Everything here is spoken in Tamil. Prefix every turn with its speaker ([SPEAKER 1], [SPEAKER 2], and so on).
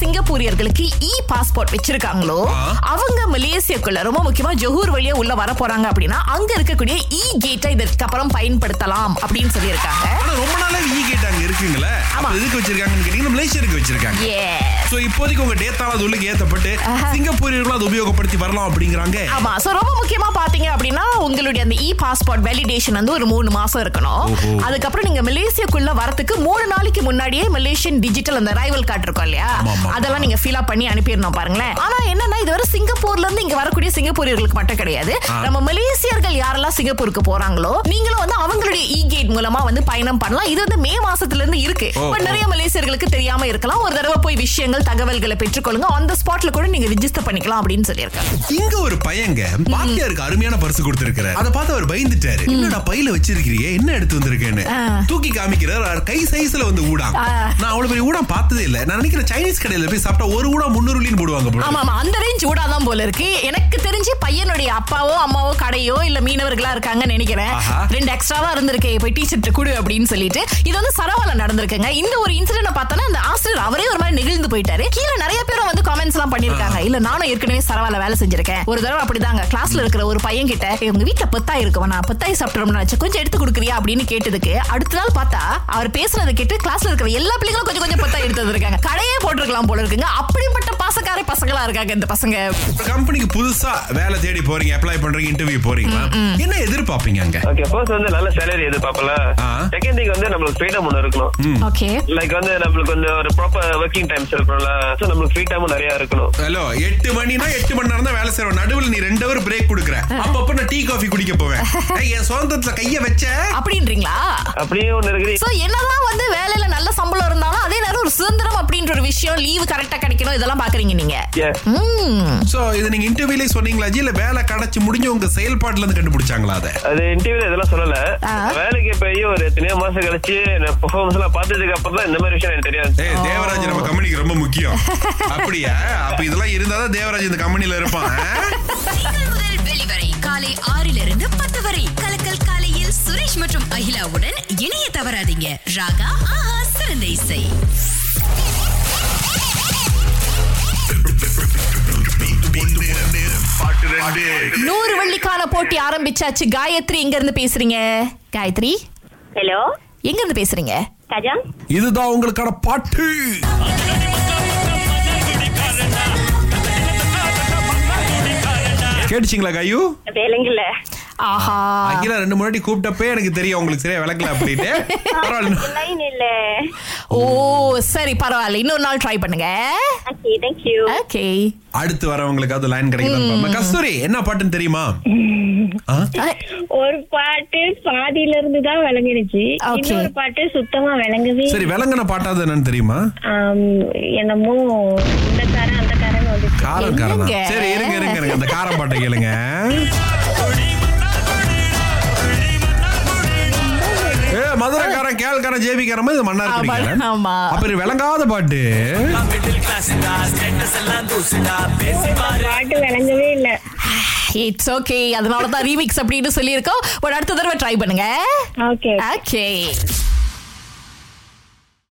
[SPEAKER 1] சிங்கப்பூரியர்களுக்கு இ பாஸ்போர்ட் வச்சிருக்காங்களோ அவங்க மலேசியாக்குள்ள ரொம்ப முக்கியமா ஜொஹூர் வழியா உள்ள வர போறாங்க அப்படின்னா அங்க இருக்கக்கூடிய இ கேட்டை இதற்கப்புறம் பயன்படுத்தலாம் அப்படின்னு சொல்லியிருக்காங்க
[SPEAKER 2] ஆனா ரொம்ப நாளா ஈ கேட் அங்க இருக்குங்களே அப்ப
[SPEAKER 1] ஆமா.
[SPEAKER 2] எதுக்கு வச்சிருக்காங்கன்னு கேட்டீங்கன்னா மலேசியருக்கு வச்சிருக்காங்க
[SPEAKER 1] Yes.
[SPEAKER 2] சோ இப்போதைக்கு உங்க டேத்தால அது உள்ளுக்கு ஏத்தப்பட்டு சிங்கப்பூரியர்களும் அதை உபயோகப்படுத்தி வரலாம் அப்படிங்கிறாங்க
[SPEAKER 1] ஆமா சோ ரொம்ப முக்கியமா பாத்தீங்க அப்படின்னா உங்களுடைய அந்த இ பாஸ்போர்ட் வேலிடேஷன் வந்து ஒரு மூணு மாசம் இருக்கணும்
[SPEAKER 2] ஓஹோ.
[SPEAKER 1] அதுக்கப்புறம் நீங்க மலேசியாக்குள்ள வரதுக்கு மூணு நாளைக்கு முன்னாடியே மலேசியன் டிஜிட்டல் அந்த அரைவல் கார்டு இருக்கும் இல்லையா
[SPEAKER 2] ஆமா, ஆமா.
[SPEAKER 1] அதெல்லாம் நீங்க ஃபில் அப் பண்ணி அனுப்பிடணும் பாருங்களேன் ஆனா என்னன்னா இதுவரை சிங்கப்பூர்ல இருந்து இங்க வரக்கூடிய சிங்கப்பூரியர்களுக்கு மட்டும் கிடையாது
[SPEAKER 2] ஆ.
[SPEAKER 1] நம்ம மலேசியர்கள் யாரெல்லாம் சிங்கப்பூருக்கு போறாங்களோ நீங்களும் வந்து அவங்களுடைய இ கேட் மூலமா வந்து பயணம் பண்ணலாம் இது வந்து மே மாசத்துல இருந்து இருக்கு
[SPEAKER 2] ஓ,
[SPEAKER 1] But
[SPEAKER 2] ஓ.
[SPEAKER 1] நிறைய மலேசியர்களுக்கு தெரியாம இருக்கலாம் ஒரு தடவை போய் விஷயங்கள் தகவல்களை பெற்றுக்கொள்ளுங்க அந்த ஸ்பாட்ல கூட நீங்க ரிஜிஸ்டர் பண்ணிக்கலாம் அப்படின்னு சொல்லியிருக்காங்க
[SPEAKER 2] இங்க ஒரு பையங்க பாத்தியாருக்கு அருமையான பரிசு கொடுத்திருக்கிறாரு அதை பார்த்து அவர் பயந்துட்டாரு என்னடா பையில வச்சிருக்கிறியே என்ன எடுத்து வந்திருக்கேன்னு
[SPEAKER 1] ஆ.
[SPEAKER 2] தூக்கி காமிக்கிறார் அவர் கை சைஸ்ல வந்து ஊடாம்
[SPEAKER 1] ஆ.
[SPEAKER 2] நான் அவ்வளவு பெரிய ஊடாம் பார்த்ததே இல்ல நான் நினைக்கிறேன் சைனீஸ் கடையில போய் சாப்பிட்டா ஒரு ஊடா முன்னூறுலின்னு போடுவாங்க போல
[SPEAKER 1] ஆமா ஆமா அந்த ரேஞ்ச் ஊடாதான் போல இருக்கு எனக்கு தெரிஞ்சு பையனுடைய அப்பாவோ அம்மாவோ கடையோ இல்ல மீனவர்களா இருக்காங்கன்னு நினைக்கிறேன்
[SPEAKER 2] ஆஹா.
[SPEAKER 1] ரெண்டு எக்ஸ்ட்ராவா இருந்திருக்கு போய் டீச்சர்ட்டு கொடு அப்படின்னு சொல்லிட்டு இது வந்து சரவால நடந்திருக்குங்க இந்த ஒரு இன்சிடென்ட் பார்த்தோன்னா அந்த ஆசிரியர் அவரே ஒரு மாதிரி நெகிழ்ந்து போயிட்டாரு கீழே நிறைய பேரும் வந்து கமெண்ட்ஸ் எல்லாம் பண்ணிருக்காங்க இல்ல நானும் ஏற்கனவே சரவால வேலை செஞ்சிருக்கேன் ஒரு தடவை அப்படிதாங்க கிளாஸ்ல இருக்கிற ஒரு பையன் கிட்ட "ஏய், உங்க வீட்டுல பத்தாய் இருக்குவா நான் பத்தாய் சாப்பிட்டுறோம்னு நினைச்சு கொஞ்சம் எடுத்து கொடுக்குறியா அப்படின்னு கேட்டதுக்கு அடுத்த நாள் பார்த்தா அவர் பேசுனதை கேட்டு கிளாஸ்ல இருக்கிற எல்லா பிள்ளைகளும் கொஞ்சம் கொஞ்சம் பத்தாய் எடுத்து வந்திருக்காங்க கடையே போட்டிருக்கலாம் போல இருக்குங்க அப்படிப்பட்ட பாசக்கார பசங்களா இருக்காங்க இந்த பசங்க
[SPEAKER 2] ஒரு கம்பெனிக்கு புதுசா வேலை தேடி போறீங்க அப்ளை பண்றீங்க இன்டர்வியூ போறீங்களா என்ன எதிர்பார்ப்பீங்க அங்க
[SPEAKER 3] ஓகே ஃபர்ஸ்ட் வந்து நல்ல சேலரி எதிர்பார்ப்பல
[SPEAKER 2] ஆ.
[SPEAKER 3] செகண்ட் திங் வந்து நம்மளுக்கு ஃப்ரீடம் ஒன்று இருக்கணும்
[SPEAKER 1] ஓகே
[SPEAKER 3] லைக் வந்து நம்மளுக்கு வந்து ஒரு ப்ராப்பர் ஒர்க்கிங் டைம்ஸ் இருக்கணும்ல ஸோ நம்மளுக்கு ஃப்ரீ டைமும் நிறைய இருக்கணும்
[SPEAKER 2] ஹலோ எட்டு மணினா எட்டு மணி நேரம் தான் வேலை செய்றோம் நடுவில் நீ ரெண்டு அவர் பிரேக் கொடுக்குற அப்பப்ப நான் டீ காஃபி குடிக்க போவேன் ஏய், என் சொந்தத்துல கைய வச்ச
[SPEAKER 1] அப்படின்றீங்களா
[SPEAKER 3] அப்படியே ஒன்று இருக்குது
[SPEAKER 1] சோ என்னதான் வந்து வேலையில நல்ல சம்பளம் இருந்தாலும் அதே நேரம் ஒரு சுதந்திரம் அப்படின்ற ஒரு விஷயம் லீவு கரெக்டா கிடைக்கணும் இதெல்லாம் பாக்குறீங்க நீங்க
[SPEAKER 3] Yes.
[SPEAKER 1] ம்
[SPEAKER 2] சோ இது நீங்க இன்டர்வியூலே சொன்னீங்களா ஜி இல்ல வேலை கிடைச்சு முடிஞ்சு உங்க செயல்பாட்டுல இருந்து கண்டுபிடிச்சாங்களா அதை
[SPEAKER 3] அது இன்டர்வியூல இதெல்லாம் சொல்லல
[SPEAKER 1] ஆ.
[SPEAKER 3] வேலைக்கு போய் ஒரு எத்தனையோ மாசம் கழிச்சு நான் பெர்ஃபார்மன்ஸ் எல்லாம் பார்த்ததுக்கு அப்புறம் தான் இந்த மாதிரி விஷயம் எனக்கு தெரியாது
[SPEAKER 2] ஏய் தேவராஜ் நம்ம கம்பெனிக்கு ரொம்ப முக்கியம் அப்படியா அப்ப இதெல்லாம் இருந்தாதான் தேவராஜ் இந்த கம்பெனில இருப்பான் ஆ?
[SPEAKER 4] திங்கள் முதல் வெளிவரை காலை ஆறிலிருந்து பத்து வரை கலக்கல் காலையில் சுரேஷ் மற்றும் அகிலாவுடன் இணைய தவறாதீங்க ராகா ஆஹா சிறந்த இசை
[SPEAKER 1] நூறு வள்ளிக்கான போட்டி ஆரம்பிச்சாச்சு காயத்ரி எங்க இருந்து பேசுறீங்க காயத்ரி
[SPEAKER 5] ஹலோ
[SPEAKER 1] எங்க இருந்து பேசுறீங்க
[SPEAKER 5] கஜம்
[SPEAKER 2] இதுதான் உங்களுக்கான பாட்டு கேட்டுச்சிங்களா கையு
[SPEAKER 5] தெலுங்குல
[SPEAKER 1] ஆஹா
[SPEAKER 2] அகிலா ரெண்டு முன்னாடி கூப்பிட்டப்பே எனக்கு தெரியும் உங்களுக்கு சரியா விளக்கல அப்படின்ட்டு பரவாயில்ல
[SPEAKER 5] லைன் இல்ல
[SPEAKER 1] ஓ சரி பரவாயில்ல இன்னொரு நாள் ட்ரை பண்ணுங்க
[SPEAKER 5] ஓகே தேங்க்யூ
[SPEAKER 1] ஓகே
[SPEAKER 2] அடுத்து வரவங்களுக்கு அது லைன் கிடைக்குதான்னு பாப்போம். கஸ்தூரி என்ன பாட்டுன்னு தெரியுமா ஆ?
[SPEAKER 6] ஒரு பாட்டு பாதியில இருந்து தான் விளங்குனுச்சு
[SPEAKER 1] Okay.
[SPEAKER 6] இன்னொரு பாட்டு சுத்தமா விளங்கவே
[SPEAKER 2] சரி விளங்கின பாட்டாவது என்னன்னு தெரியுமா
[SPEAKER 6] ஆம், என்னமோ இந்த காரன் அந்த காரன் வந்துச்சு
[SPEAKER 2] காரம் காரம் தான்.
[SPEAKER 1] என்னங்க?
[SPEAKER 2] சரி இருங்க இருங்க இருங்க அந்த காரம் பாட்டை கேளுங்க ஏ மதுரைக்காரன் கேள்காரன் ஜேபிக்காரன் மாதிரி இது மன்னார்
[SPEAKER 1] ஆமா,
[SPEAKER 2] குடிக்கிறேன்
[SPEAKER 1] ஆமா.
[SPEAKER 2] அப்ப இது விளங்காத பாட்டு
[SPEAKER 6] பாட்டு விளங்கவே இல்ல
[SPEAKER 1] இட்ஸ் ஓகே அதனால தான் ரீமிக்ஸ் அப்படின்னு சொல்லியிருக்கோம் ஒரு அடுத்த தடவை ட்ரை பண்ணுங்க
[SPEAKER 6] ஓகே
[SPEAKER 1] ஓகே